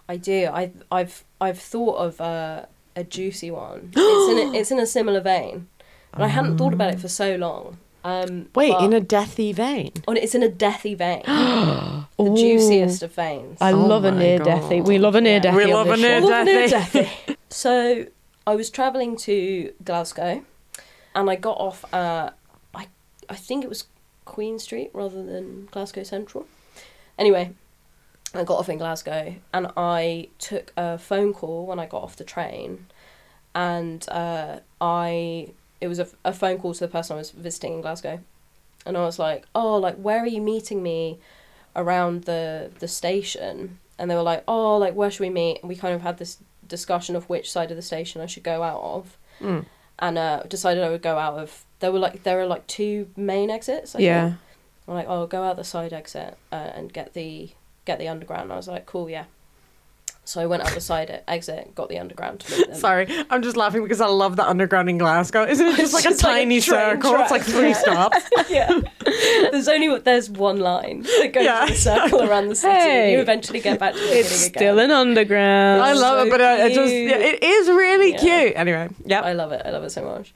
I do. I, I've I've thought of uh, a juicy one. it's in a, it's in a similar vein, but I hadn't thought about it for so long. Um, Wait, but- in a deathy vein. on it's in a deathy vein, the juiciest of veins. I love a Oh my near deathy. We love a near deathy. We love a near Love deathy. deathy. so I was travelling to Glasgow, and I got off at I I think it was Queen Street rather than Glasgow Central. Anyway, I got off in Glasgow, and I took a phone call when I got off the train, and uh, I it was a, a phone call to the person I was visiting in Glasgow, and I was like, "Oh, like where are you meeting me around the the station?" And they were like, "Oh, like where should we meet?" And we kind of had this discussion of which side of the station I should go out of, and uh, decided I would go out of. There were like there are like two main exits. I Yeah. think. I'm like, "Oh, go out the side exit uh, and get the get the underground." And I was like, "Cool, yeah." So I went out the side e- exit, got the underground. To meet them. Sorry, I'm just laughing because I love the underground in Glasgow. Isn't it just like just a like a tiny train circle? track. It's like three Yeah. stops. yeah. There's only there's one line that goes Yeah. in a circle around the city. Hey. you eventually get back to the beginning again. Still an underground. I love so it, but I, I just cute. yeah, it is really Yeah. cute. Anyway, I yeah, love it. I love it so much.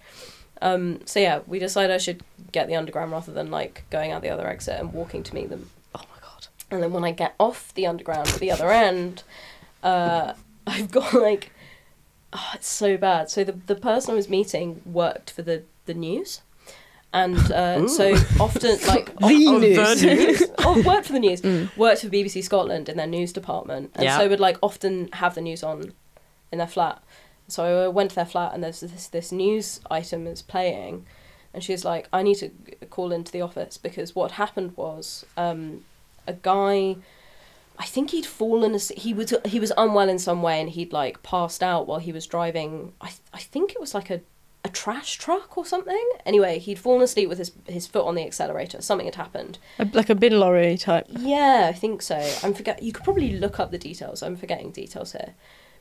Um, so yeah, we decided I should get the underground rather than like going out the other exit and walking to meet them. Oh my god! And then when I get off the underground at the other end, uh, I've got like, oh, it's so bad. So the the person I was meeting worked for the the news. And uh, so often, like the news. The oh, worked for the news, worked for BBC Scotland in their news department, and Yeah. so would like often have the news on in their flat. So I went to their flat and there's this this news item is playing, and she's like, "I need to call into the office because what happened was um, a guy, I think he'd fallen. as- He was he was unwell in some way and he'd like passed out while he was driving. I th- I think it was like a a trash truck or something. Anyway, he'd fallen asleep with his his foot on the accelerator. Something had happened. A- like a bin lorry type. Yeah, I think so. I'm forget. You could probably look up the details. I'm forgetting details here,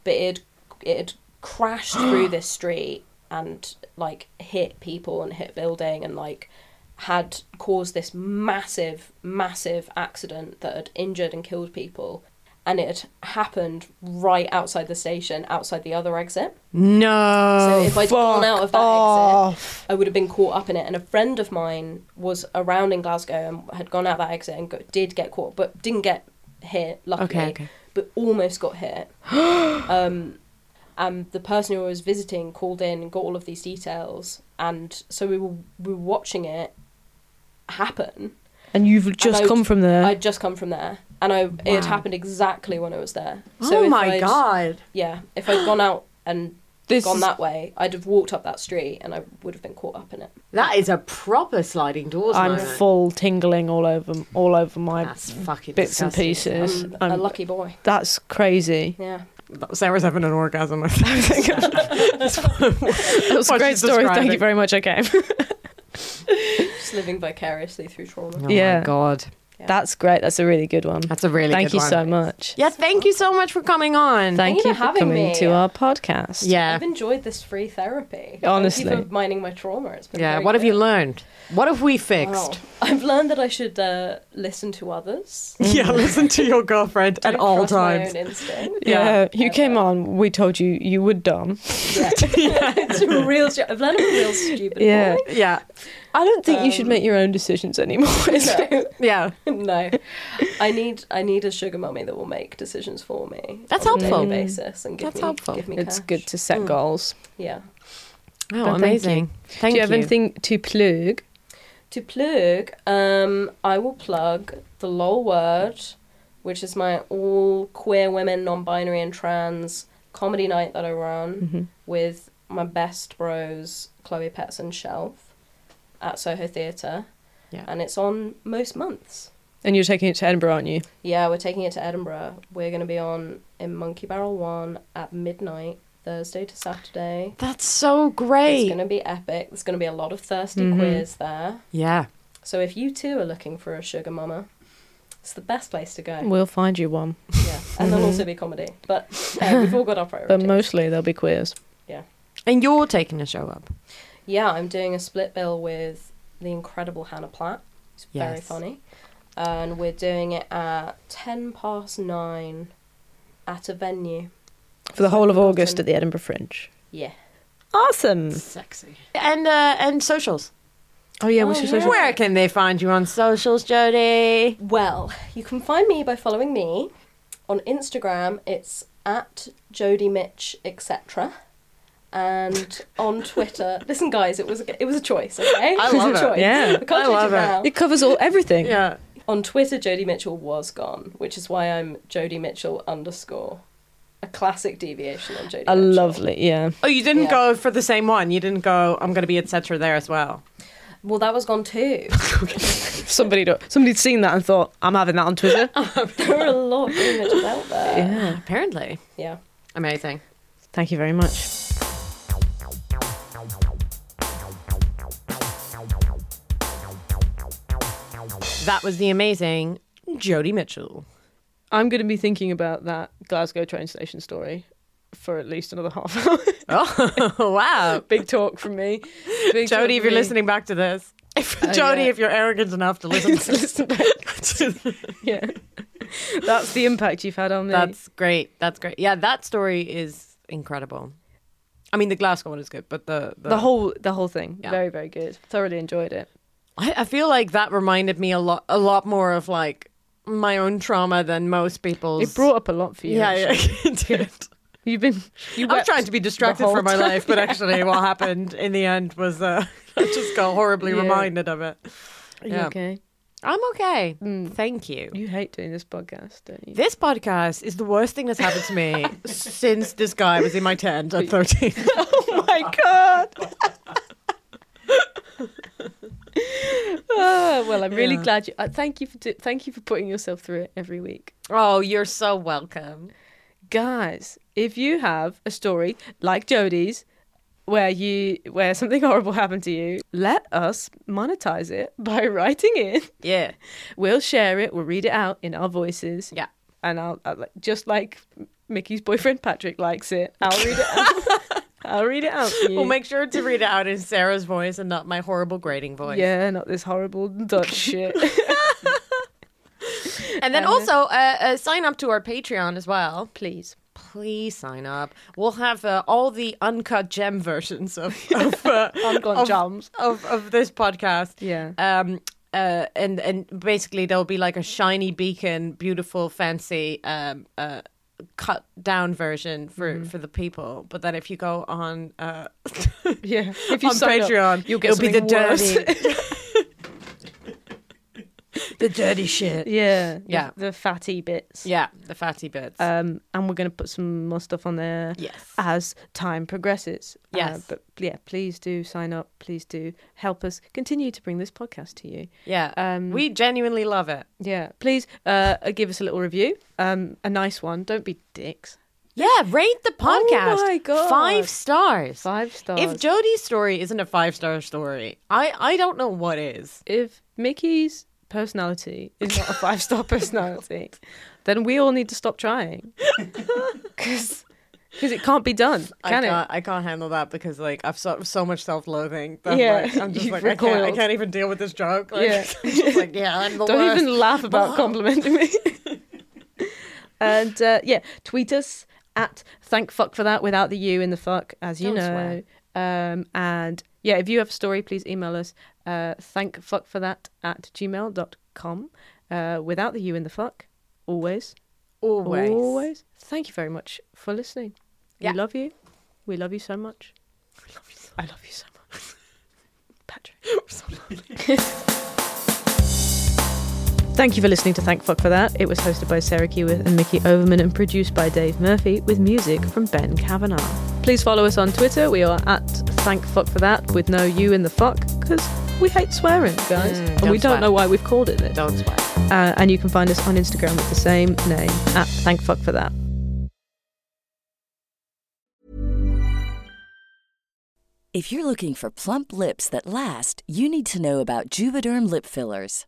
but it it crashed through this street and like hit people and hit building and like had caused this massive, massive accident that had injured and killed people. And it had happened right outside the station, outside the other exit. No. So if I'd gone out of that off. exit, I would have been caught up in it. And a friend of mine was around in Glasgow and had gone out that exit and got, did get caught, but didn't get hit, luckily. Okay, okay. But almost got hit. um, and the person who I was visiting called in and got all of these details. And so we were, we were watching it happen. And you've just I'd- come from there. I'd just come from there. And I, it had happened exactly when I was there. oh if my I'd- god. yeah, if I'd gone out and This gone is- that way, I'd have walked up that street and I would have been caught up in it. That is a proper sliding doors I'm moment. full tingling all over all over my That's fucking bits disgusting. and pieces. I'm a I'm- lucky boy. that's crazy. Yeah. Sarah's having an orgasm. I think. That was a What great she's story. Thank you describing. very much. I came. Just living vicariously through trauma. Oh Yeah. my god. That's great. That's a really good one. That's a really Thank good you one. so much. Yeah, thank you so much for coming on. Thank you for you for having coming me. to our podcast. yeah. I've enjoyed this free therapy. Honestly. Thank you for mining my trauma. It's been Yeah, very what have good. you learned? What have we Wow. fixed? I've learned that I should uh, listen to others. Yeah, Mm. listen to your girlfriend Don't trust My own instinct. Yeah, you came on. We told you you would, Dom. Yeah. it's a real. stu- I've learned I'm a real stupid Yeah. Um, boy. Yeah, I don't think you should make your own decisions anymore. Is it? yeah. no, I need I need a sugar mummy that will make decisions for me. That's on A helpful. daily basis and give That's me, helpful. Give me It's cash. good to set goals. Yeah. Oh, Well, thank amazing. Thank Do you have anything to plug? To plug, um, I will plug the LOL Word, which is my all queer women, non binary, and trans comedy night that I run with my best bros, Chloe Pets and Shelf, at Soho Theatre. Yeah. And it's on most months. And you're taking it to Edinburgh, aren't you? Yeah, we're taking it to Edinburgh. We're going to be on in Monkey Barrel 1 at midnight, Thursday to Saturday. That's so It's great. going to be epic. There's going to be a lot of thirsty queers there. Yeah. So if you too are looking for a sugar mama, it's the best place to go. We'll find you one. Yeah, and there'll also be comedy. But uh, we've all got our priorities. But mostly they'll be queers. yeah, And you're taking a show up. yeah. I'm doing a split bill with the incredible Hannah Platt. It's very Yes. funny, and we're doing it at ten past nine at a venue. For the whole of Southampton. August at the Edinburgh Fringe. Yeah. Awesome. Sexy. And uh, and socials. Oh, yeah, what's Oh, your yeah. social? Where can they find you on socials, Jody? Well, you can find me by following me on Instagram. It's at Jody Mitch etc. And on Twitter, listen, guys, it was a, it was a choice, okay? I love it. was it. a choice. Yeah. I can't change love it it. now. It covers all everything. Yeah. On Twitter, Jody Mitchell was gone, which is why I'm Jody Mitchell underscore. A classic deviation on Jody. A Mitchell. lovely, yeah. Oh, you didn't Yeah. go for the same one. You didn't go. I'm going to be etc. There as well. Well, that was gone too. Somebody do- somebody'd seen that and thought, I'm having that on Twitter. there are a lot of Jody Mitchells out there. Yeah. Apparently. yeah. Amazing. Thank you very much. That was the amazing Jody Mitchell. I'm going to be thinking about that Glasgow train station story for at least another half hour. Oh wow, Big talk from me. Big talk Jody, if from you're me. listening back to this, if Jody, yeah. if you're arrogant enough to listen to this, Yeah. That's the impact you've had on me. that's great. That's great. Yeah, that story is incredible. I mean, the Glasgow one is good, but the the, the whole the whole thing. Yeah. Very, very good. Thoroughly enjoyed it. I, I feel like that reminded me a lot, a lot more of like my own trauma than most people's. It brought up a lot for you. yeah, actually. yeah, it did. You've been you I was wept trying to be distracted whole from my time. life, but actually, what happened in the end was uh, I just got horribly Yeah. reminded of it. Are you Yeah. okay? Mm. I'm okay. Thank you. You hate doing this podcast, don't you? This podcast is the worst thing that's happened to me since this guy was in my tent at 13. Oh my god. oh, well, I'm really glad you. Uh, thank you for do, thank you for putting yourself through it every week, oh, you're so welcome. guys. If you have a story like Jodie's, where you where something horrible happened to you, let us monetize it by writing in. Yeah. We'll share it. We'll read it out in our voices. Yeah. and I'll, I'll like- just like Mickey's boyfriend Patrick likes it. I'll read it. out. I'll read it out. For you. We'll make sure to read it out in Sarah's voice and not my horrible grading voice. yeah, not this horrible Dutch shit. And then also uh, uh, sign up to our Patreon as well, please. Please sign up. We'll have uh, all the uncut gem versions of of, uh, Uncut of- gems. of of this podcast. Yeah. Um. Uh. And and basically there'll be like a shiny beacon, beautiful, fancy. Um. Uh. Cut down version for for the people, but then if you go on uh, yeah, if you on sign up, Patreon, you'll get it'll be the something worse. dirty, the dirty shit. yeah, Yeah. the, the fatty bits. Yeah, the fatty bits. Um, and we're gonna put some more stuff on there. Yes. As time progresses. Uh, Yes. but yeah, please do sign up. Please do help us continue to bring this podcast to you. yeah, um, we genuinely love it. Yeah. Please uh, uh, give us a little review. Um, a nice one. Don't be dicks. Yeah, rate the podcast. Oh my God. Five stars. Five stars. If Jodie's story isn't a five star story, I I don't know what is. if Mickey's personality is not a five star personality, then we all need to stop trying. Because it can't be done, can I it? can't, I can't handle that because like I've so, so much self loathing. Yeah, Yeah, I'm just you've like I can't, I recoiled. can't even deal with this joke. Like, Yeah. I'm just like yeah, I'm the Don't worst. even laugh about complimenting me. and uh, yeah, tweet us at thank fuck for that without the U in the fuck, as you Don't know. Um, and yeah, if you have a story, please email us uh, thank fuck for that at gmail.com uh, without the U in the fuck, always. always. Always. Thank you very much for listening. Yeah. We love you. We love you so much. I love you so much. Patrick. Thank you for listening to Thank Fuck for That. It was hosted by Sarah Kewith and Mickey Overman and produced by Dave Murphy with music from Ben Kavanagh. Please follow us on Twitter. We are at Thank Fuck for That with no you in the fuck because we hate swearing, guys. and we don't Mm, don't swear. know why we've called it this. Don't sweat. Uh, and you can find us on Instagram with the same name at Thank Fuck for That. If you're looking for plump lips that last, you need to know about Juvederm lip fillers.